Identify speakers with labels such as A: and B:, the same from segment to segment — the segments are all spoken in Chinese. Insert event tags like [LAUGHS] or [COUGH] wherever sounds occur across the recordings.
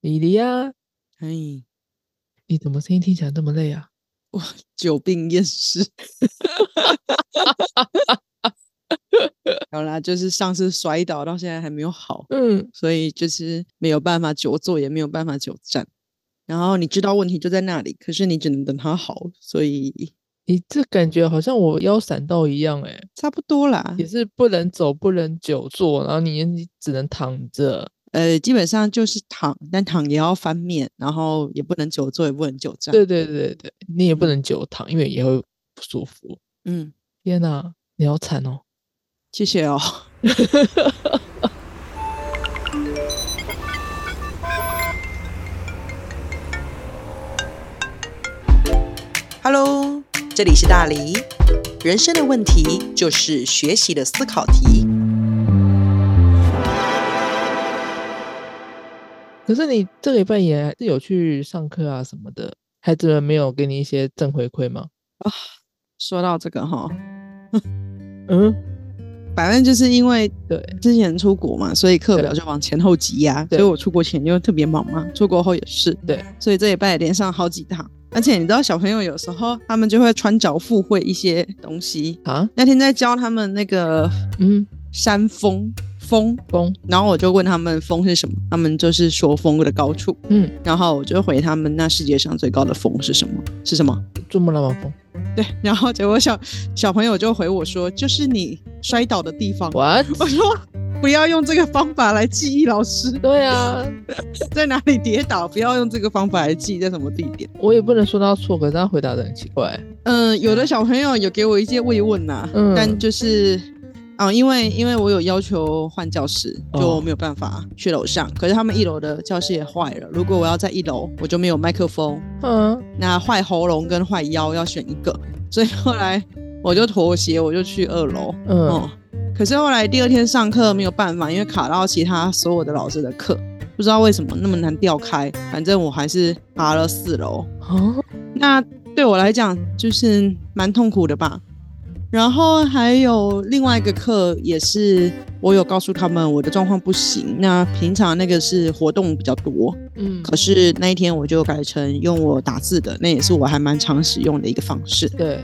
A: 李黎啊，
B: 哎，
A: 你怎么声音听起来这么累啊？
B: 久病厌世。好啦，就是上次摔倒到现在还没有好，
A: 嗯，
B: 所以就是没有办法久坐，也没有办法久站。然后你知道问题就在那里，可是你只能等它好，所以
A: 你这感觉好像我腰闪到一样、欸，诶，
B: 差不多啦
A: 也。是不能走，不能久坐，然后你你只能躺着。
B: 呃，基本上就是躺，但躺也要翻面，然后也不能久坐，也不能久站。
A: 对对对对，你也不能久躺，因为也会不舒服。
B: 嗯，
A: 天哪、你好惨哦！
B: 谢谢哦。Hello，这里是大黎。人生的问题就是学习的思考题。
A: 可是你这个礼拜也还是有去上课啊什么的，孩子们没有给你一些正回馈吗？
B: 说到这个哈，
A: 嗯，
B: 反正就是因为
A: 对，
B: 之前出国嘛，所以课表
A: 对
B: 就往前后挤压，
A: 对
B: 所以我出国前就特别忙嘛，出国后也是。
A: 对，
B: 所以这礼拜也连上好几堂。而且你知道，小朋友有时候他们就会穿凿附会一些东西。
A: 啊，
B: 那天在教他们那个
A: 嗯，
B: 山峰峰，
A: 风，
B: 然后我就问他们峰是什么，他们就是说峰的高处。
A: 嗯，
B: 然后我就回他们，那世界上最高的峰是什么？是什么？
A: 珠穆朗玛峰
B: 对，然后结果小小朋友就回我说，就是你摔倒的地方。
A: ，what？
B: 我说不要用这个方法来记忆老师
A: 对啊，
B: 在哪里跌倒，不要用这个方法来记忆在什么地点。
A: 我也不能说他错，可是他回答的很奇怪。
B: 嗯、有的小朋友有给我一些慰问呐、
A: 嗯
B: 但就是。啊、因为因为我有要求换教室，就
A: 哦
B: 没有办法去楼上。可是他们一楼的教室也坏了，如果我要在一楼，我就没有麦克风，
A: 嗯，
B: 那坏喉咙跟坏腰要选一个，所以后来我就妥协，我就去二楼。
A: 嗯
B: 哦、可是后来第二天上课没有办法，因为卡到其他所有的老师的课，不知道为什么那么难调开。反正我还是爬了四楼，
A: 啊，
B: 那对我来讲就是蛮痛苦的吧。然后还有另外一个课，也是我有告诉他们我的状况不行。那平常那个是活动比较多，
A: 嗯，
B: 可是那一天我就改成用我打字的，那也是我还蛮常使用的一个方式。
A: 对，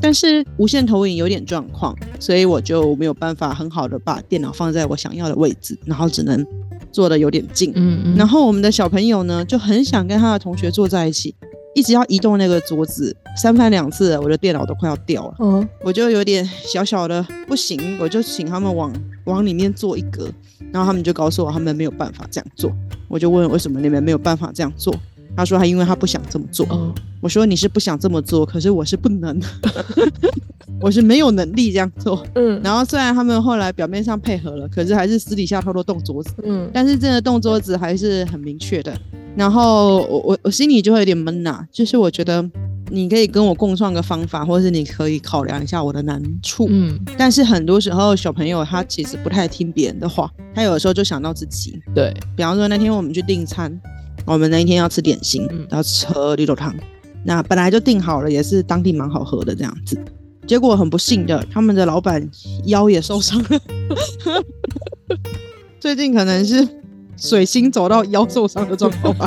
B: 但是无线投影有点状况，所以我就没有办法很好的把电脑放在我想要的位置，然后只能坐的有点近。
A: 嗯嗯，
B: 然后我们的小朋友呢，就很想跟他的同学坐在一起，一直要移动那个桌子，三番两次了，我的电脑都快要掉了。
A: 嗯
B: 我就有点小小的不行，我就请他们往往里面坐一格，然后他们就告诉我他们没有办法这样做，我就问为什么你们没有办法这样做，他说他因为他不想这么做，
A: 哦，
B: 我说你是不想这么做，可是我是不能， [LAUGHS] 我是没有能力这样做。
A: 嗯，
B: 然后虽然他们后来表面上配合了，可是还是私底下偷偷动桌子，
A: 嗯
B: 但是真的动桌子还是很明确的。然后我我我心里就会有点闷呐、就是我觉得你可以跟我共创个方法，或者是你可以考量一下我的难处。
A: 嗯，
B: 但是很多时候小朋友他其实不太听别人的话，他有的时候就想到自己。
A: 对，
B: 比方说那天我们去订餐，我们那一天要吃点心
A: 嗯，
B: 要吃绿豆汤。那本来就订好了，也是当地蛮好喝的这样子。结果很不幸的，他们的老板腰也受伤了， [LAUGHS] 最近可能是水星走到腰受伤的状况
A: [LAUGHS]
B: 吧。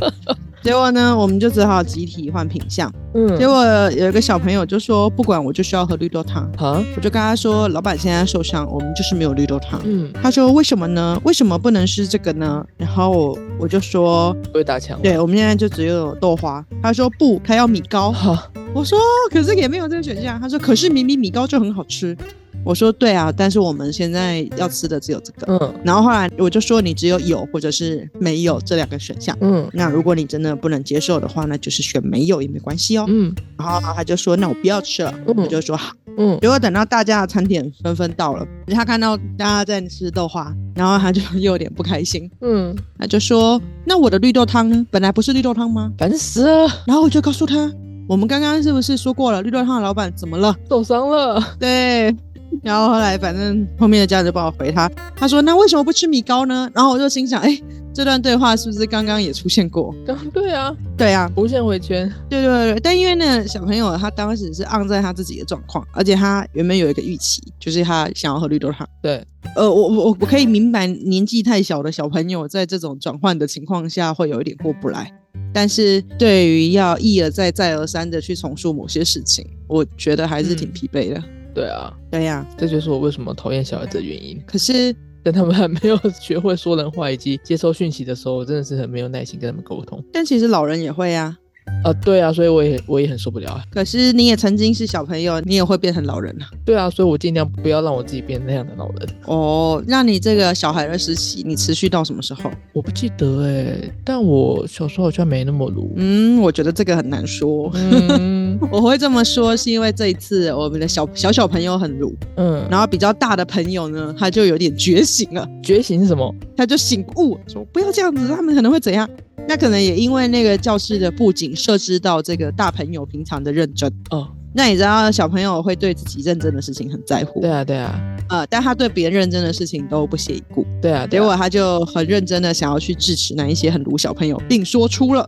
B: 结果呢，我们就只好集体换品相。
A: 嗯，
B: 结果有一个小朋友就说：“不管，我就需要喝绿豆汤。”
A: 啊，
B: 我就跟他说：“老板现在受伤，我们就是没有绿豆汤。”
A: 嗯，
B: 他说：“为什么呢？为什么不能是这个呢？”然后我我就说
A: 不会打墙：“，
B: 对，我们现在就只有豆花。”他说：“不，他要米糕。
A: 好，”
B: 我说：“可是也没有这个选项。”他说：“可是明明米糕就很好吃。”我说：“对啊，但是我们现在要吃的只有这个。
A: 嗯
B: 然后后来我就说：“你只有有或者是没有这两个选项。
A: 嗯
B: 那如果你真的不能接受的话，那就是选没有也没关系哦。
A: 嗯
B: 然后他就说：“那我不要吃了。”
A: 嗯
B: 我就说：“好。”
A: 嗯，
B: 结果等到大家的餐点纷纷到了，他看到大家在吃豆花，然后他就又有点不开心，
A: 嗯，
B: 他就说：“那我的绿豆汤呢？本来不是绿豆汤吗
A: 烦死了，？”
B: 然后我就告诉他，我们刚刚是不是说过了，绿豆汤的老板怎么了？
A: 受伤了， [LAUGHS] 啊
B: 对，然后后来反正后面的家人就帮我回他，他说那为什么不吃米糕呢？然后我就心想，哎，这段对话是不是刚刚也出现过？
A: 刚对啊，
B: 对啊，
A: 无限回圈，
B: 对对对，但因为呢，小朋友他当时是按在他自己的状况，而且他原本有一个预期，就是他想要喝绿豆汤。
A: 对，
B: 呃，我我我可以明白年纪太小的小朋友在这种转换的情况下会有一点过不来，但是对于要一而再再而三的去重述某些事情，我觉得还是挺
A: 嗯
B: 疲惫的。
A: 对啊，
B: 对呀、
A: 这就是我为什么讨厌小孩子的原因。
B: 可是
A: 等他们还没有 [LAUGHS] 学会说人话以及接收讯息的时候，我真的是很没有耐心跟他们沟通。
B: 但其实老人也会啊。
A: 啊，对啊，所以我也我也很受不了啊。
B: 可是你也曾经是小朋友，你也会变成老人啊。
A: 对啊，所以我尽量不要让我自己变那样的老人。
B: 哦，那你这个小孩的时期，你持续到什么时候？
A: 我不记得哎、但我小时候好像没那么鲁。
B: 嗯，我觉得这个很难说。 [LAUGHS]
A: 嗯
B: 我会这么说，是因为这一次我们的小小小朋友很鲁，
A: [LAUGHS] 嗯，然
B: 然后比较大的朋友呢，他就有点觉醒了，
A: 后觉醒是什么？
B: 他就醒悟，说不要这样子，他们可能会怎样。那可能也因为那个教室的布景设置到这个大朋友平常的认真。
A: 哦，
B: 那你知道小朋友会对自己认真的事情很在乎
A: 对，啊，对啊，
B: 呃，但他对别人认真的事情都不屑一顾。
A: 对啊，对
B: 结
A: 啊
B: 果他就很认真的想要去制止那一些很鲁小朋友，并说出了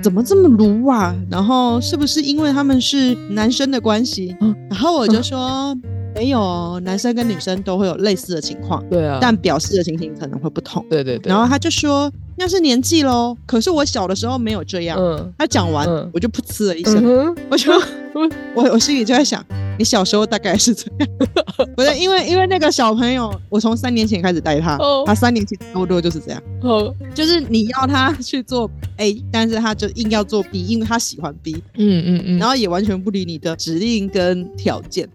B: 怎么这么鲁啊？然后是不是因为他们是男生的关系？
A: 嗯
B: 然后我就说、没有哦，男生跟女生都会有类似的情况，
A: 对啊，
B: 但表示的情形可能会不同。
A: 对对对，
B: 然后他就说那是年纪喽，可是我小的时候没有这样。
A: 嗯
B: 他讲完，
A: 嗯
B: 我就噗嗤了一
A: 嗯
B: 声，
A: 哼，
B: 我就 [LAUGHS] 我我心里就在想，你小时候大概是怎样？ [LAUGHS] 不是因为因为那个小朋友，我从三年前开始带他，
A: 哦
B: 他三年前差不多就是这样，
A: 好，
B: 就是你要他去做 A，但是他就硬要做 B，因为他喜欢 B，
A: 嗯嗯嗯，
B: 然
A: 后
B: 后也完全不理你的指令跟条件，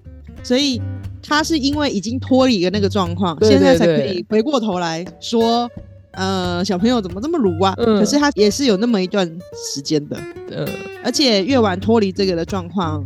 B: 所以。他是因为已经脱离了那个状况，
A: 对
B: 现在才
A: 对
B: 可
A: 对
B: 以回过头来说，呃，小朋友怎么这么鲁啊？
A: 嗯
B: 可是他也是有那么一段时间的，
A: 嗯，
B: 而且越晚脱离这个的状况，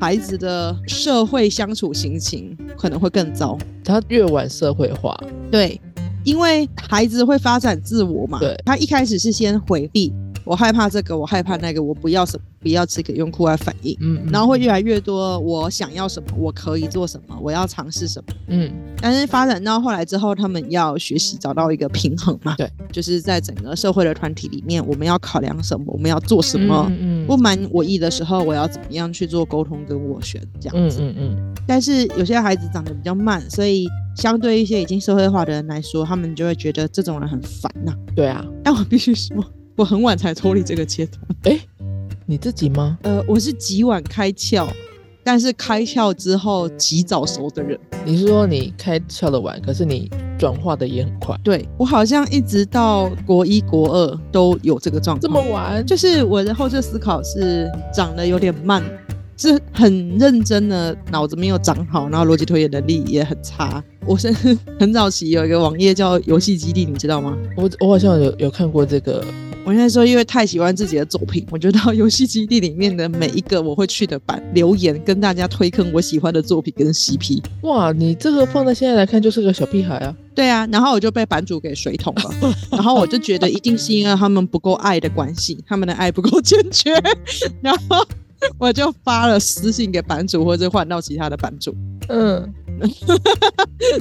B: 孩子的社会相处心情可能会更糟。
A: 他越晚社会化，
B: 对，因为孩子会发展自我嘛。
A: 对
B: 他一开始是先回避，我害怕这个，我害怕那个，我不要什么，不要这个，用酷爱反应。
A: 嗯，
B: 然后会
A: 嗯
B: 越来越多，我想要什么，我可以做什么，我要尝试什么。
A: 嗯
B: 但是发展到后来之后，他们要学习找到一个平衡嘛。
A: 对，
B: 就是在整个社会的团体里面，我们要考量什么，我们要做什么，
A: 嗯嗯
B: 不满我意的时候，我要怎么样去做沟通跟斡旋这样
A: 嗯
B: 子。
A: 嗯嗯，
B: 但是有些孩子长得比较慢，所以相对一些已经社会化的人来说，他们就会觉得这种人很烦呐、
A: 对啊，
B: 但我必须说，我很晚才脱离这个阶段，
A: 你自己吗？
B: 呃，我是极晚开窍，但是开窍之后极早熟的人。
A: 你是说你开窍的晚，可是你转化的也很快，
B: 对我好像一直到国一、国二都有这个状况。
A: 这么晚就
B: 就是我的后置思考是长得有点慢，是很认真的，脑子没有长好，然后逻辑推演能力也很差。我甚至 [LAUGHS] 很早期有一个网页叫“游戏基地”，你知道吗？
A: 我我好像有有看过这个，
B: 我那时候因为太喜欢自己的作品，我就到游戏基地里面的每一个我会去的版留言，跟大家推坑我喜欢的作品跟 CP。
A: 哇，你这个放在现在来看就是个小屁孩啊，
B: 对啊，然后我就被版主给水桶
A: [LAUGHS]
B: 了，然后我就觉得一定是因为他们不够爱的关系，他们的爱不够坚决，
A: 嗯
B: [LAUGHS] 然后我就发了私信给版主，或者换到其他的版主，
A: 嗯，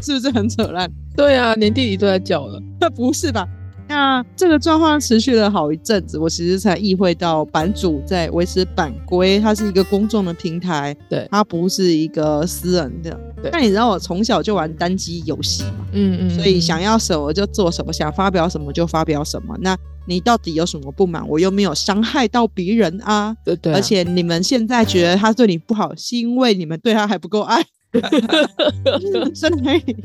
B: 是不是很扯烂？
A: 对啊，连弟弟都在叫了，
B: 不是吧？那这个状况持续了好一阵子，我其实才意会到版主在维持版规，它是一个公众的平台，
A: 对
B: 它不是一个私人的
A: 对。
B: 那你知道我从小就玩单机游戏嘛？
A: 嗯嗯，
B: 所以
A: 嗯
B: 想要什么就做什么，想发表什么就发表什么。那你到底有什么不满？我又没有伤害到别人啊！
A: 对对啊、
B: 而且你们现在觉得他对你不好，是因为你们对他还不够爱。 [LAUGHS] 所以，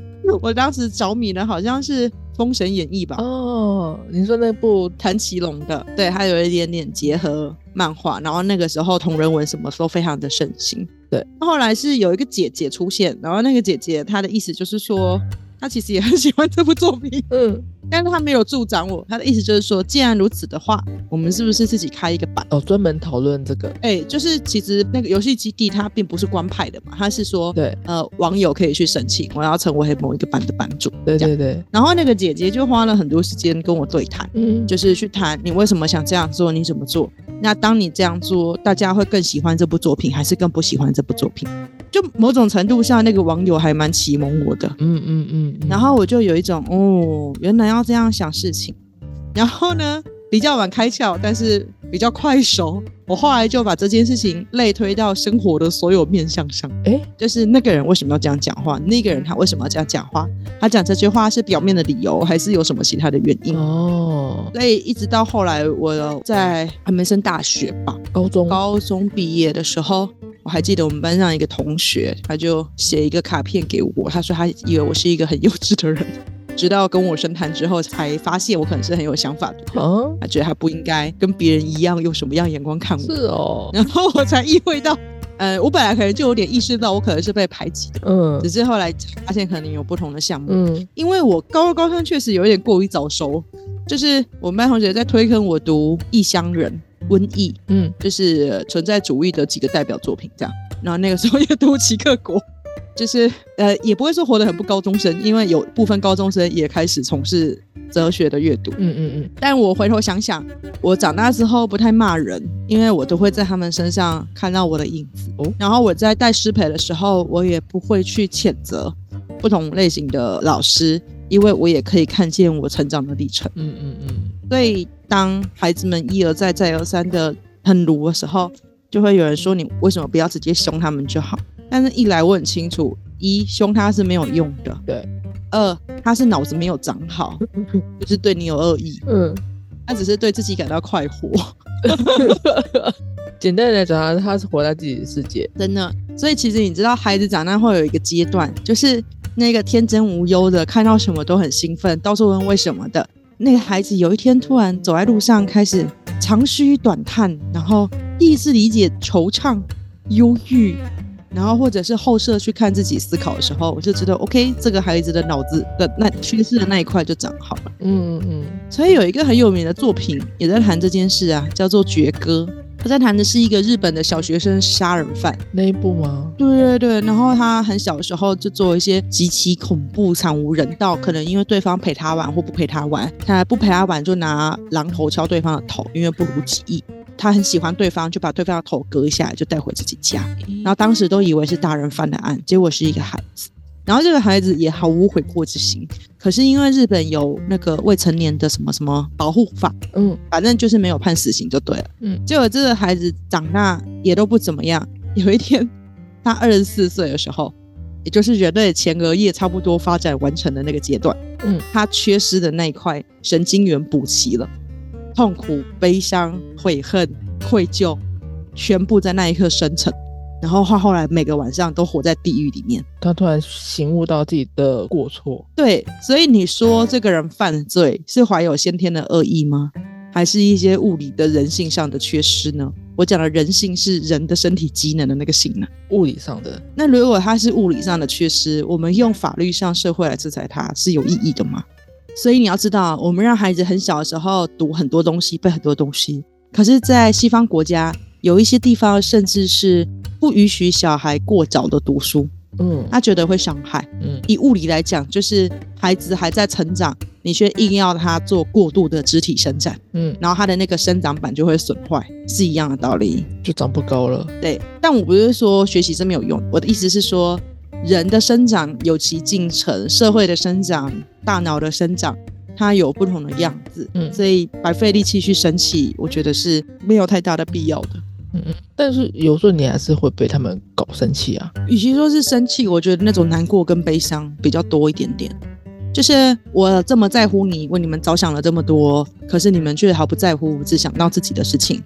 B: 我当时着迷的好像是《封神演义》吧，
A: 哦，你说那部
B: 谭奇龙的，对，他有一点点结合漫画，然后那个时候同人文什么都非常的盛行。
A: 对，
B: 后来是有一个姐姐出现，然后那个姐姐她的意思就是说，他其实也很喜欢这部作品，
A: 嗯，
B: 但是他没有助长我。他的意思就是说，既然如此的话，我们是不是自己开一个版？
A: 哦，专门讨论这个，
B: 哎，就是其实那个游戏基地它并不是官派的嘛，它是说
A: 对
B: 呃网友可以去申请，我要成为某一个版的版主。
A: 对
B: 这
A: 对对，
B: 然后那个姐姐就花了很多时间跟我对谈。
A: 嗯，就
B: 就是去谈你为什么想这样做，你怎么做。那当你这样做，大家会更喜欢这部作品，还是更不喜欢这部作品？就某种程度上，那个网友还蛮启蒙我的。
A: 嗯嗯嗯，嗯
B: 然后我就有一种哦，原来要这样想事情。然后呢，比较晚开窍，但是比较快熟。我后来就把这件事情类推到生活的所有面向上。
A: 哎，
B: 就是那个人为什么要这样讲话？那个人他为什么要这样讲话？他讲这句话是表面的理由，还是有什么其他的原因？
A: 哦，
B: 所以一直到后来，我在还没升大学吧，
A: 高中，
B: 高中毕业的时候，我还记得我们班上一个同学，他就写一个卡片给我，他说他以为我是一个很幼稚的人， [LAUGHS] 直到跟我深谈之后，才发现我可能是很有想法的人，
A: 啊，
B: 他觉得他不应该跟别人一样用什么样眼光看
A: 是
B: 我，
A: 哦，
B: 然后我才意会到，呃，我本来可能就有点意识到我可能是被排挤的，
A: 嗯
B: 只是后来发现可能有不同的项目，
A: 嗯
B: 因为我高二高三确实有一点过于早熟，就是我们班同学在推坑我读《异乡人》《瘟疫
A: 嗯》，
B: 就是呃存在主义的几个代表作品这样。然后那个时候也 [LAUGHS] 读《齐克国》，就是呃也不会说活得很不高中生，因为有部分高中生也开始从事哲学的阅读。
A: 嗯嗯嗯，
B: 但我回头想想，我长大之后不太骂人，因为我都会在他们身上看到我的影子。
A: 哦
B: 然后我在带师培的时候，我也不会去谴责不同类型的老师，因为我也可以看见我成长的历程。
A: 嗯嗯嗯，
B: 所以当孩子们一而再、再而三的很鲁的时候，就会有人说：“你为什么不要直接凶他们就好？”但是，一来我很清楚，一凶他是没有用的，
A: 对；
B: 二他是脑子没有长好，就是对你有恶意。
A: 嗯，
B: 他只是对自己感到快活，
A: 简单来讲，他他是活在自己的世界，
B: 真的。所以其实你知道，孩子长大会有一个阶段，就是那个天真无忧的，看到什么都很兴奋，到处问为什么的那个孩子，有一天突然走在路上，开始长吁短叹，然后第一次理解惆怅、忧郁，然后或者是后设去看自己思考的时候，我就知道，OK，这个孩子的脑子的那缺失的那一块就长好了。
A: 嗯嗯
B: 所以有一个很有名的作品也在谈这件事啊，叫做《绝歌》。他在谈的是一个日本的小学生杀人犯，
A: 嗯，那一部吗？
B: 对对对，然后他很小的时候就做一些极其恐怖、惨无人道，可能因为对方陪他玩或不陪他玩，他不陪他玩就拿榔头敲对方的头，因为不如己意。他很喜欢对方，就把对方的头割下来，就带回自己家。然后当时都以为是大人犯的案，结果是一个孩子。然后这个孩子也毫无悔过之心，可是因为日本有那个未成年的什么什么保护法，
A: 嗯
B: 反正就是没有判死刑就对了。
A: 嗯
B: 结果这个孩子长大也都不怎么样。有一天，他二十四岁的时候，也就是人类前额叶差不多发展完成的那个阶段，
A: 嗯，
B: 他缺失的那一块神经元补齐了，痛苦、悲伤、悔恨、愧疚，全部在那一刻生成。然后他后来每个晚上都活在地狱里面。
A: 他突然醒悟到自己的过错，
B: 对，所以你说这个人犯罪是怀有先天的恶意吗？还是一些物理的人性上的缺失呢？我讲的人性是人的身体机能的那个性呢。
A: 物理上的，
B: 那如果他是物理上的缺失，我们用法律上社会来制裁他是有意义的吗？所以你要知道，我们让孩子很小的时候读很多东西，背很多东西，可是，在西方国家有一些地方甚至是不允许小孩过早的读书，
A: 嗯
B: 他觉得会伤害。
A: 嗯
B: 以物理来讲，就是孩子还在成长，你却硬要他做过度的肢体伸展，
A: 嗯，
B: 然后他的那个生长板就会损坏，是一样的道理。
A: 就长不高了，
B: 对，但我不是说学习是没有用，我的意思是说，人的生长有其进程，社会的生长、大脑的生长，它有不同的样子，
A: 嗯
B: 所以白费力气去生气，我觉得是没有太大的必要的。
A: 但是有时候你还是会被他们搞生气啊，
B: 与其说是生气，我觉得那种难过跟悲伤比较多一点点。就是我这么在乎你，为你们着想了这么多，可是你们却毫不在乎，只想到自己的事情。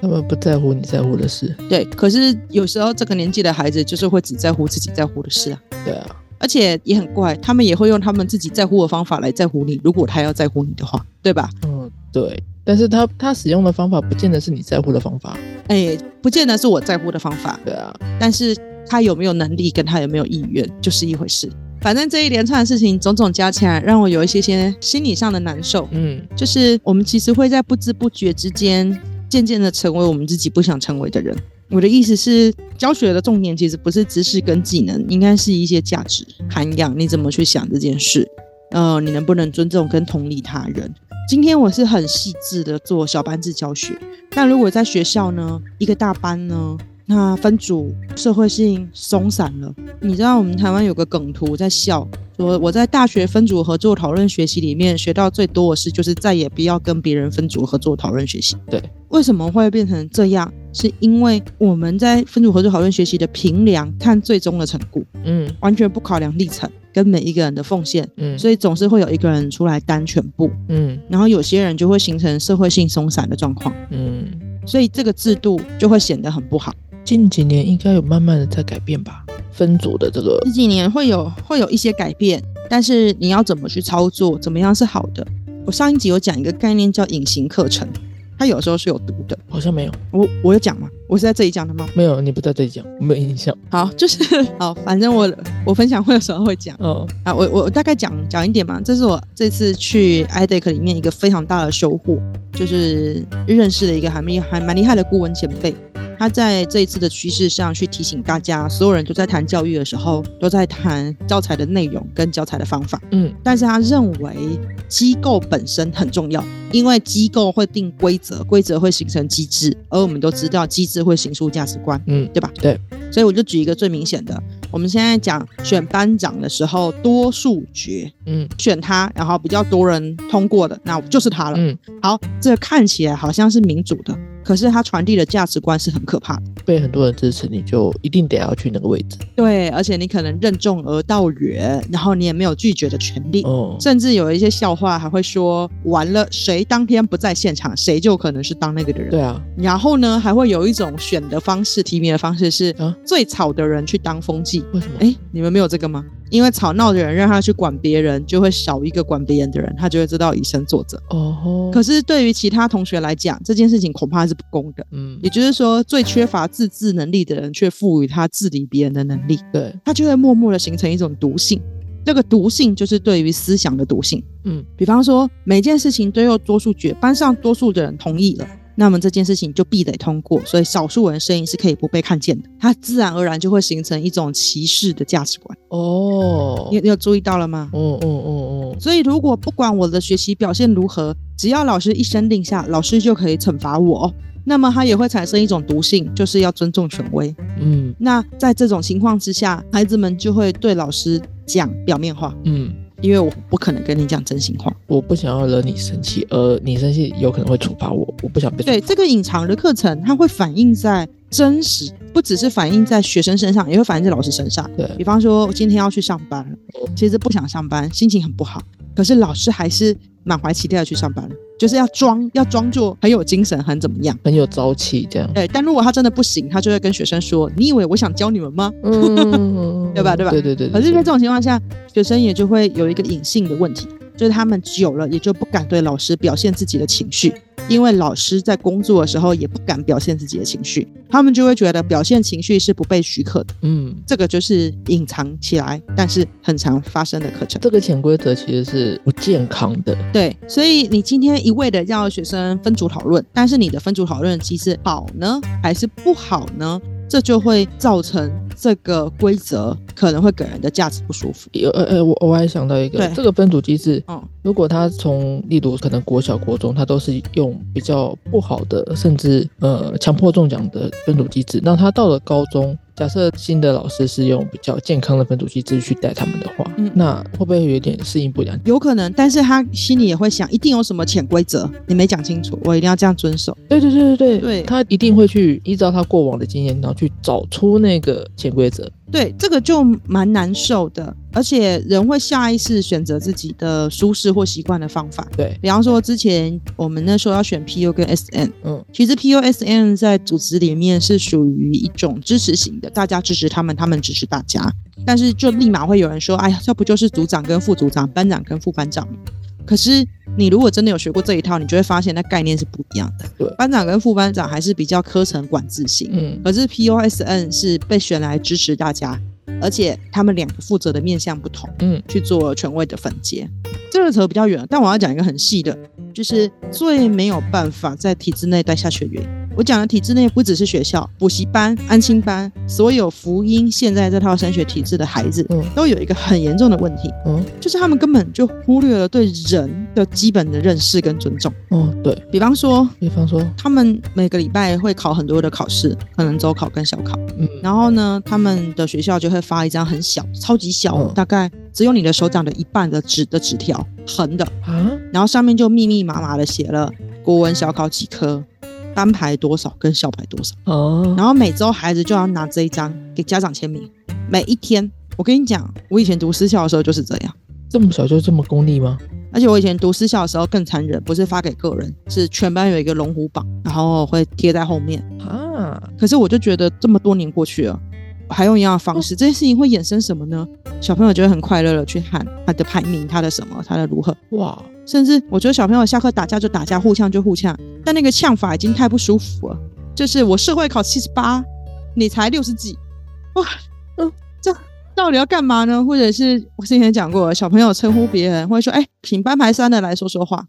A: 他们不在乎你在乎的事，
B: 对，可是有时候这个年纪的孩子就是会只在乎自己在乎的事啊，
A: 对啊，
B: 而且也很怪，他们也会用他们自己在乎的方法来在乎你。如果他要在乎你的话，对吧？
A: 嗯对，但是他他使用的方法不见得是你在乎的方法，
B: 哎，不见得是我在乎的方法，
A: 对啊，
B: 但是他有没有能力跟他有没有意愿就是一回事。反正这一连串的事情种种加起来，让我有一些些心理上的难受。
A: 嗯，
B: 就是我们其实会在不知不觉之间，渐渐的成为我们自己不想成为的人。我的意思是，教学的重点其实不是知识跟技能，应该是一些价值涵养。你怎么去想这件事？呃，你能不能尊重跟同理他人？今天我是很细致的做小班制教学，但如果在学校呢，一个大班呢，那分组社会性松散了。你知道我们台湾有个梗图我在笑，说我在大学分组合作讨论学习里面学到最多的事，就是再也不要跟别人分组合作讨论学习。
A: 对，
B: 为什么会变成这样？是因为我们在分组合作讨论学习的评量，看最终的成果，
A: 嗯
B: 完全不考量历程跟每一个人的奉献，
A: 嗯，
B: 所以总是会有一个人出来担全部，
A: 嗯
B: 然后有些人就会形成社会性松散的状况，
A: 嗯，
B: 所以这个制度就会显得很不好。
A: 近几年应该有慢慢的在改变吧，分组的这个
B: 这几年会有会有一些改变，但是你要怎么去操作，怎么样是好的？我上一集有讲一个概念叫隐形课程，它有时候是有毒的。
A: 好像没有
B: 我我有讲吗？我是在这里讲的吗？
A: 没有，你不在这里讲，没有印象。
B: 好，就是 [LAUGHS] 好，反正我我分享会有时候会讲
A: 哦，
B: 啊，我我我大概讲讲一点嘛。这是我这次去 IDEC 里面一个非常大的收获，就是认识了一个还蛮还蛮厉害的顾问前辈。他在这一次的趋势上去提醒大家，所有人都在谈教育的时候，都在谈教材的内容跟教材的方法。
A: 嗯
B: 但是他认为机构本身很重要，因为机构会定规则，规则会形成机制，而我们都知道机制会形塑价值观，
A: 嗯
B: 对吧？
A: 对，
B: 所以我就举一个最明显的，我们现在讲选班长的时候，多数决
A: 嗯
B: 选他，然后比较多人通过的，那就是他了。
A: 嗯，
B: 好，这个看起来好像是民主的，可是他传递的价值观是很可怕的。
A: 被很多人支持，你就一定得要去那个位置。
B: 对，而且你可能任重而道远，然后你也没有拒绝的权利。
A: 哦，
B: 甚至有一些笑话还会说，完了谁当天不在现场，谁就可能是当那个的人。
A: 对啊，
B: 然后呢，还会有一种选的方式，提名的方式是、
A: 啊
B: 最吵的人去当风纪。
A: 为什么？
B: 哎，你们没有这个吗？因为吵闹的人让他去管别人，就会少一个管别人的人，他就会知道以身作则。
A: 哦吼，
B: 可是对于其他同学来讲，这件事情恐怕是不公的。
A: 嗯
B: 也，就是说，最缺乏自制能力的人，却赋予他治理别人的能力，
A: 对，
B: 它就会默默的形成一种毒性。这个毒性就是对于思想的毒性。
A: 嗯，
B: 比方说每件事情都有多数决，班上多数的人同意了，那么这件事情就必得通过，所以少数人声音是可以不被看见的。它自然而然就会形成一种歧视的价值观。
A: 哦
B: 你，你有注意到了吗？
A: 哦哦哦哦，
B: 所以如果不管我的学习表现如何，只要老师一声令下，老师就可以惩罚我。哦那么它也会产生一种毒性，就是要尊重权威。
A: 嗯
B: 那在这种情况之下，孩子们就会对老师讲表面话，
A: 嗯，
B: 因为我不可能跟你讲真心话。
A: 我不想要惹你生气，而你生气有可能会处罚我，我不想被处
B: 对这个隐藏的课程，它会反映在真实，不只是反映在学生身上，也会反映在老师身上。
A: 对
B: 比方说，我今天要去上班了，其实不想上班，心情很不好，可是老师还是满怀期待的去上班了，就是要装，要装作很有精神，很怎么样。
A: 很有朝气这样。
B: 对，但如果他真的不行，他就会跟学生说：“你以为我想教你们吗？”
A: [LAUGHS] 嗯，
B: 对吧对吧
A: 对对对。
B: 可是，在
A: 对
B: 这种情况下，学生也就会有一个隐性的问题，就是他们久了也就不敢对老师表现自己的情绪，因为老师在工作的时候也不敢表现自己的情绪，他们就会觉得表现情绪是不被许可的。
A: 嗯，
B: 这个就是隐藏起来，但是很常发生的课程。
A: 这个潜规则其实是不健康的。
B: 对，所以你今天一味的要学生分组讨论，但是你的分组讨论机制好呢，还是不好呢？这就会造成这个规则可能会给人的价值不舒服。
A: 有呃呃，我我还想到一个
B: 对，
A: 这个分组机制，
B: 嗯，
A: 如果他从例如可能国小、国中，他都是用比较不好的，甚至呃强迫中奖的分组机制，那他到了高中，假设新的老师是用比较健康的分组机制去带他们的话，
B: 嗯
A: 那会不会有点适应不良？
B: 有可能，但是他心里也会想，一定有什么潜规则，你没讲清楚，我一定要这样遵守。
A: 对对对对
B: 对
A: 他一定会去依照他过往的经验，然后去找出那个潜规则。
B: 对，这个就蛮难受的，而且人会下意识选择自己的舒适或习惯的方法。
A: 对，
B: 比方说，之前我们那时候要选 PU 跟 SN，
A: 嗯
B: 其实 PU、SN 在组织里面是属于一种支持型的，大家支持他们，他们支持大家。但是就立马会有人说：“哎呀，这不就是组长跟副组长、班长跟副班长吗？”可是你如果真的有学过这一套，你就会发现那概念是不一样的。
A: 对
B: 班长跟副班长还是比较科层管制型，
A: 嗯
B: 可是 POSN 是被选来支持大家，而且他们两个负责的面向不同，
A: 嗯，
B: 去做权威的分解。这个扯比较远，但我要讲一个很细的，就是最没有办法在体制内待下去的原因。我讲的体制内不只是学校、补习班、安亲班，所有福音现在这套升学体制的孩子
A: 嗯，
B: 都有一个很严重的问题，
A: 嗯，
B: 就是他们根本就忽略了对人的基本的认识跟尊重。
A: 哦，对，
B: 比方说，
A: 比方说，
B: 他们每个礼拜会考很多的考试，可能周考跟小考。
A: 嗯，
B: 然后呢，他们的学校就会发一张很小、超级小，
A: 嗯
B: 大概只有你的手掌的一半的纸的纸条，横的，
A: 啊，
B: 然后上面就密密麻麻的写了国文小考几科，单排多少跟校排多少。
A: 哦，
B: 然后每周孩子就要拿这一张给家长签名，每一天。我跟你讲，我以前读私校的时候就是这样，
A: 这么小就这么功利吗？
B: 而且我以前读私校的时候更残忍，不是发给个人，是全班有一个龙虎榜，然后会贴在后面。
A: 啊，
B: 可是我就觉得这么多年过去了，还用一样的方式，这件事情会衍生什么呢？小朋友就会很快乐的去喊他的排名，他的什么，他的如何，
A: 哇，
B: 甚至我觉得小朋友下课打架就打架，互呛就互呛，但那个呛法已经太不舒服了。就是我社会考七十八，你才六十几，哇，
A: 嗯
B: 嗯，这到底要干嘛呢？或者是我之前讲过，小朋友称呼别人，或者说，哎、请班排三的来说说话，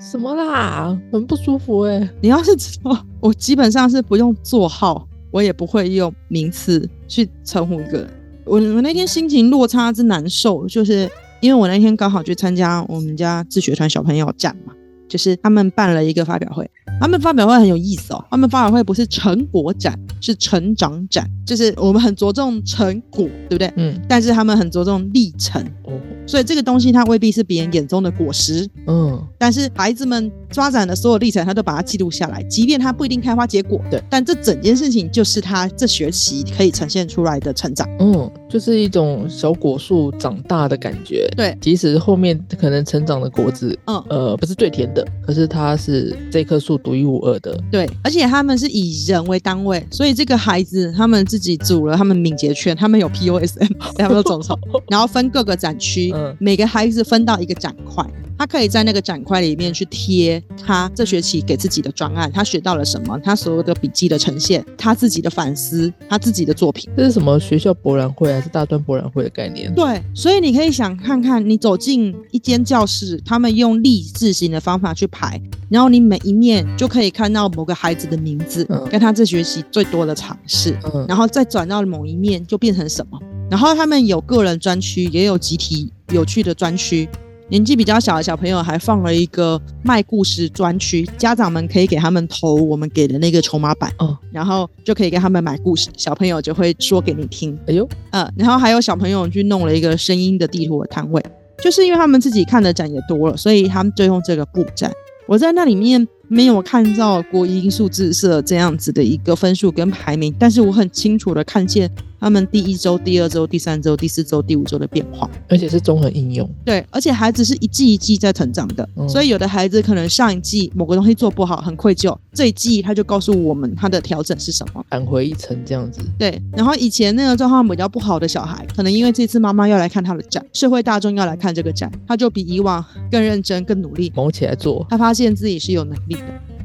A: 什么啦，很不舒服哎、
B: 你要是知道，我基本上是不用座号，我也不会用名次去称呼一个人。我我那天心情落差之难受，就是因为我那天刚好去参加我们家自学团小朋友展嘛，就是他们办了一个发表会。他们发表会很有意思哦，他们发表会不是成果展，是成长展，就是我们很着重成果，对不对？
A: 嗯，
B: 但是他们很着重历程，
A: 哦，
B: 所以这个东西它未必是别人眼中的果实，
A: 嗯，
B: 但是孩子们发展的所有历程，他都把它记录下来，即便他不一定开花结果，
A: 对，
B: 但这整件事情就是他这学期可以呈现出来的成长。
A: 嗯，就是一种小果树长大的感觉。
B: 对，
A: 即使后面可能成长的果子，
B: 嗯
A: 呃，不是最甜的，可是它是这棵树独一无二的。
B: 对，而且他们是以人为单位，所以这个孩子他们自己组了他们敏捷圈，他们有 POSM，他们有总筹，然后分各个展区，
A: 嗯
B: 每个孩子分到一个展块，他可以在那个展块里面去贴他这学期给自己的专案，他学到了什么，他所有的笔记的呈现，他自己的反思，他自己的作品。
A: 这是什么学校博览会还是大专博览会的概念？
B: 对，所以你可以想看看，你走进一间教室，他们用立字形的方法去排，然后你每一面就可以看到某个孩子的名字，
A: 嗯
B: 跟他这学期最多的尝试，
A: 嗯，
B: 然后再转到某一面就变成什么。然后他们有个人专区，也有集体有趣的专区。年纪比较小的小朋友还放了一个卖故事专区，家长们可以给他们投我们给的那个筹码板，
A: 哦
B: 然后就可以给他们买故事，小朋友就会说给你听。
A: 哎呦，
B: 嗯，然后还有小朋友去弄了一个声音的地图的摊位，就是因为他们自己看的展也多了，所以他们就用这个布展。我在那里面没有看到国音数字社这样子的一个分数跟排名，但是我很清楚的看见他们第一周、第二周、第三周、第四周、第五周的变化。
A: 而且是综合应用。
B: 对，而且孩子是一季一季在成长的，
A: 嗯
B: 所以有的孩子可能上一季某个东西做不好，很愧疚，这一季他就告诉我们他的调整是什么。
A: 返回一层这样子，
B: 对，然后以前那个状况比较不好的小孩，可能因为这次妈妈要来看他的展，社会大众要来看这个展，他就比以往更认真、更努力。
A: 毛起来做，
B: 他发现自己是有能力的。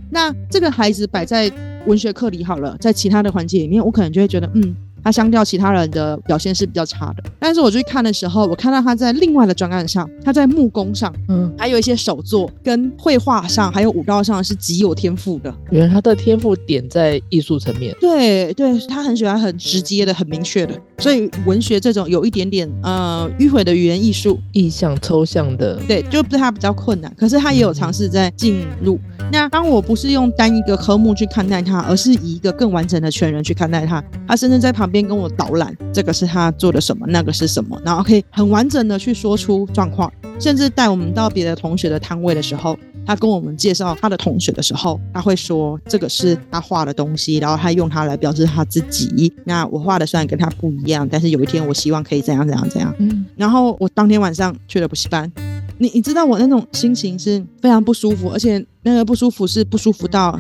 B: 那这个孩子摆在文学课里好了，在其他的环节里面，我可能就会觉得，嗯，他相较其他人的表现是比较差的。但是我去看的时候，我看到他在另外的专案上，他在木工上，
A: 嗯，
B: 还有一些手作跟绘画上，还有舞蹈上是极有天赋的。
A: 原来他的天赋点在艺术层面，
B: 对对，他很喜欢很直接的、很明确的，所以文学这种有一点点呃迂回的语言艺术，
A: 意象抽象的，
B: 对，就对他比较困难。可是他也有尝试在进入。那当我不是用单一个科目去看待他，而是以一个更完整的全人去看待他。他甚至在旁边跟我导览，这个是他做的什么，那个是什么，然后可以很完整的去说出状况，甚至带我们到别的同学的摊位的时候。他跟我们介绍他的同学的时候，他会说这个是他画的东西，然后他用它来表示他自己。那我画的虽然跟他不一样，但是有一天我希望可以怎样怎样怎样。
A: 嗯，
B: 然后我当天晚上去了补习班，你你知道我那种心情是非常不舒服，而且那个不舒服是不舒服到，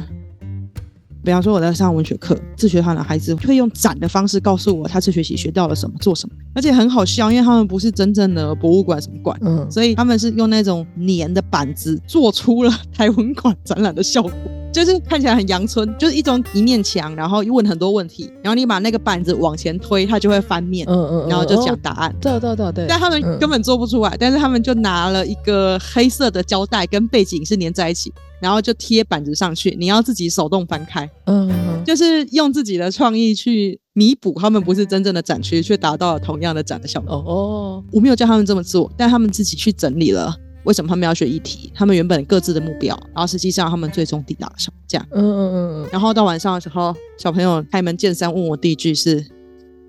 B: 比方说我在上文学课，自学团的孩子会用展的方式告诉我他这学期学到了什么，做什么，而且很好笑，因为他们不是真正的博物馆什么馆。
A: 嗯，
B: 所以他们是用那种粘的板子做出了台文馆展览的效果，就是看起来很阳春，就是一种一面墙，然后问很多问题，然后你把那个板子往前推，它就会翻面，
A: 嗯嗯，嗯
B: 然后就讲
A: 哦
B: 答案。
A: 对啊对啊对啊对，
B: 但他们
A: 嗯
B: 根本做不出来，但是他们就拿了一个黑色的胶带跟背景是粘在一起，然后就贴板子上去，你要自己手动翻开，
A: 嗯嗯
B: 就是用自己的创意去弥补他们不是真正的展区，却达到了同样的展的效果。
A: 哦哦，
B: 我没有叫他们这么做，但他们自己去整理了为什么他们要学议题，他们原本各自的目标，然后实际上他们最终抵达了什么这样。
A: 嗯嗯嗯嗯，
B: 然后到晚上的时候，小朋友开门见山问我第一句是：“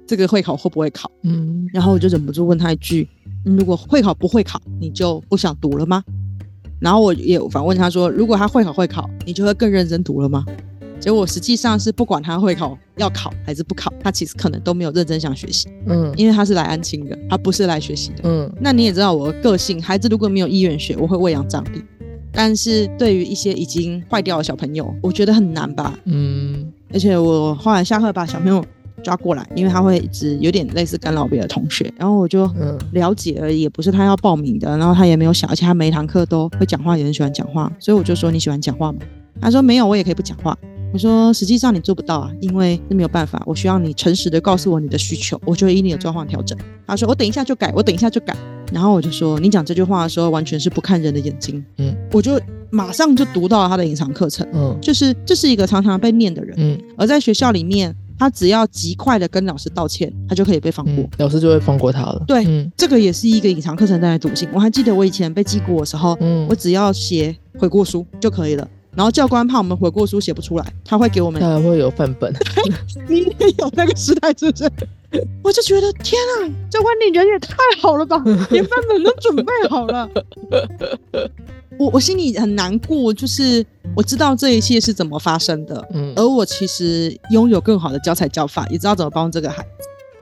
B: 这个会考会不会考？”
A: 嗯
B: 然后我就忍不住问他一句：“嗯如果会考不会考，你就不想读了吗？”然后我也反问他说：“如果他会考会考，你就会更认真读了吗？”结果实际上是不管他会考要考还是不考，他其实可能都没有认真想学习，
A: 嗯
B: 因为他是来安亲的，他不是来学习的。
A: 嗯
B: 那你也知道我的个性，孩子如果没有意愿学，我会喂养长力。但是对于一些已经坏掉的小朋友，我觉得很难吧。
A: 嗯
B: 而且我后来下课把小朋友抓过来，因为他会一直有点类似干扰别的同学，然后我就
A: 嗯
B: 了解而已，也不是他要报名的，然后他也没有想，而且他每一堂课都会讲话，也很喜欢讲话，所以我就说你喜欢讲话吗？他说没有，我也可以不讲话。我说实际上你做不到啊，因为是没有办法，我需要你诚实的告诉我你的需求，我就会依你的状况调整。他说我等一下就改，我等一下就改。然后我就说你讲这句话的时候完全是不看人的眼睛，
A: 嗯，
B: 我就马上就读到了他的隐藏课程，
A: 嗯
B: 就是这是一个常常被念的人，
A: 嗯
B: 而在学校里面，他只要极快的跟老师道歉，他就可以被放过。
A: 嗯，老师就会放过他了。
B: 对
A: 嗯
B: 这个也是一个隐藏课程带来的途径。我还记得我以前被记过的时候，
A: 嗯
B: 我，只要写悔过书就可以了。然后教官怕我们悔过书写不出来，他会给我们
A: 他还会有范本。
B: [LAUGHS] 你也有那个时代，是不是？我就觉得天啊，教官你人也太好了吧，连范本都准备好了。我我心里很难过，就是我知道这一切是怎么发生的，
A: 嗯
B: 而我其实拥有更好的教材教法，也知道怎么帮这个孩子。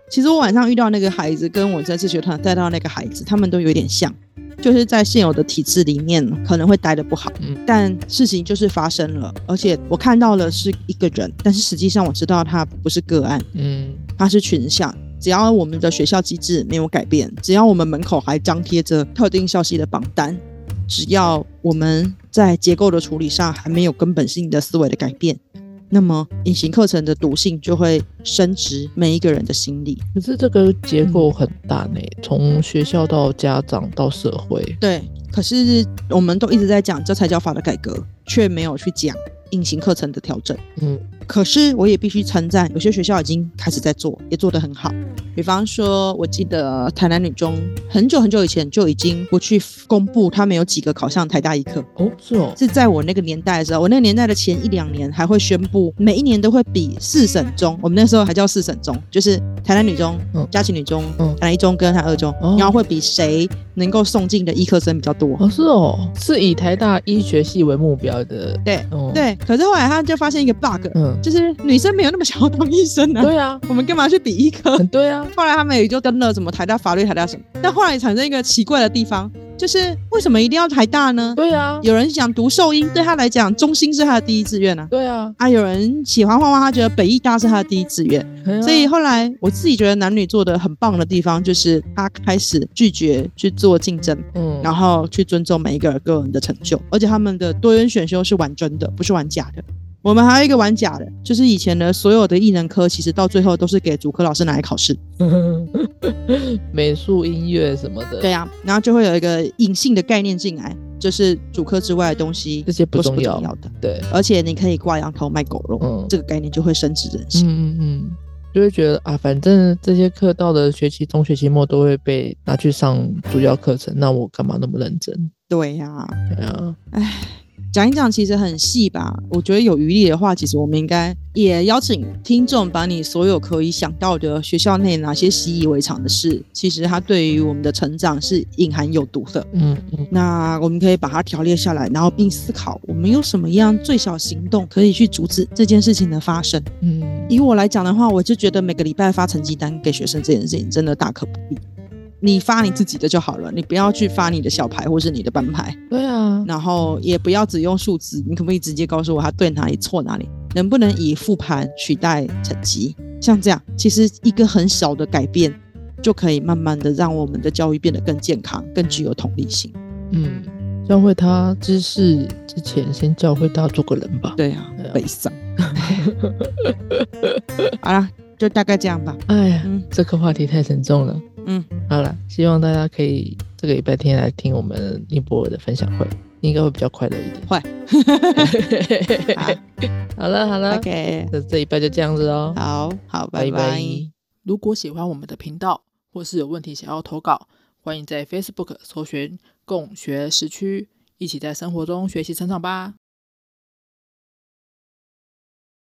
B: 其实我晚上遇到那个孩子，跟我在自学团带到那个孩子，他们都有点像，就是在现有的体制里面可能会待得不好，
A: 嗯
B: 但事情就是发生了，而且我看到了是一个人，但是实际上我知道他不是个案，
A: 嗯
B: 它是群像。只要我们的学校机制没有改变，只要我们门口还张贴着特定校系的榜单，只要我们在结构的处理上还没有根本性的思维的改变，那么隐形课程的毒性就会深植每一个人的心里。
A: 可是这个结构很大呢，从学校到家长到社会，
B: 对，可是我们都一直在讲教材教法的改革，却没有去讲隐形课程的调整。
A: 嗯
B: 可是我也必须称赞，有些学校已经开始在做，也做得很好。比方说，我记得台南女中很久很久以前就已经不去公布他们有几个考上台大医科，
A: 哦是哦，
B: 是在我那个年代的时候，我那个年代的前一两年还会宣布，每一年都会比四省中，我们那时候还叫四省中，就是台南女中、
A: 嗯
B: 嘉琪女中、
A: 嗯
B: 台南一中跟台南二中，
A: 哦
B: 然后会比谁能够送进的医科生比较多。
A: 哦是哦，是以台大医学系为目标的。
B: 对
A: 哦，
B: 对，可是后来他就发现一个 bug，
A: 嗯，
B: 就是女生没有那么想要当医生呢、
A: 对啊，
B: 我们干嘛去比医科？
A: 很对啊，
B: 后来他们也就跟了什么台大法律、台大什么，但后来产生一个奇怪的地方，就是为什么一定要台大呢？
A: 对啊，
B: 有人想读兽医，对他来讲，中心是他的第一志愿啊。
A: 对啊，
B: 啊，有人喜欢画画，他觉得北艺大是他的第一志愿，
A: 哎呀
B: [LAUGHS] 所以后来我自己觉得男女做的很棒的地方，就是他开始拒绝去做竞争，
A: 嗯，
B: 然后去尊重每一个个人的成就，而且他们的多元选修是玩真的，不是玩假的。我们还有一个玩假的，就是以前的所有的艺能科，其实到最后都是给主科老师拿来考试。
A: [LAUGHS] 美术、音乐什么的，
B: 对啊，然后就会有一个隐性的概念进来，就是主科之外的东西
A: 这些不
B: 都是
A: 重
B: 不
A: 要
B: 重，要的，
A: 对，
B: 而且你可以挂羊头卖狗肉，
A: 嗯
B: 这个概念就会深植人心。
A: 嗯嗯嗯，就会觉得啊，反正这些课到了学期中、学期末都会被拿去上主要课程，那我干嘛那么认真？
B: 对呀、
A: 对啊，
B: 讲一讲其实很细吧，我觉得有余力的话，其实我们应该也邀请听众把你所有可以想到的学校内啊哪些习以为常的事，其实它对于我们的成长是隐含有毒的。
A: 嗯嗯
B: 那我们可以把它条列下来，然后并思考我们有什么样最小行动可以去阻止这件事情的发生。
A: 嗯
B: 以我来讲的话，我就觉得每个礼拜发成绩单给学生这件事情真的大可不必。你发你自己的就好了，你不要去发你的小牌或是你的班牌，
A: 对啊，
B: 然后也不要只用数字。你可不可以直接告诉我它对哪里错哪里？能不能以复盘取代成绩？像这样，其实一个很小的改变，就可以慢慢的让我们的教育变得更健康，更具有同理心。
A: 嗯，教会他知识之前，先教会他做个人吧。
B: 对啊
A: 对啊，
B: 悲伤。 [LAUGHS] 好啦，就大概这样 [LAUGHS] 吧。
A: 哎呀，
B: 嗯
A: 这个话题太沉重了。
B: 嗯，
A: 好了，希望大家可以这个礼拜天来听我们尼泊尔的分享会，应该会比较快乐一点。
B: 会
A: [LAUGHS] 好了好了，
B: OK，
A: 那这礼拜就这样子哦，
B: 好好，
A: 拜
B: 拜拜
C: 如果喜欢我们的频道，或是有问题想要投稿，欢迎在 Facebook 搜寻“共学时区”，一起在生活中学习成长吧。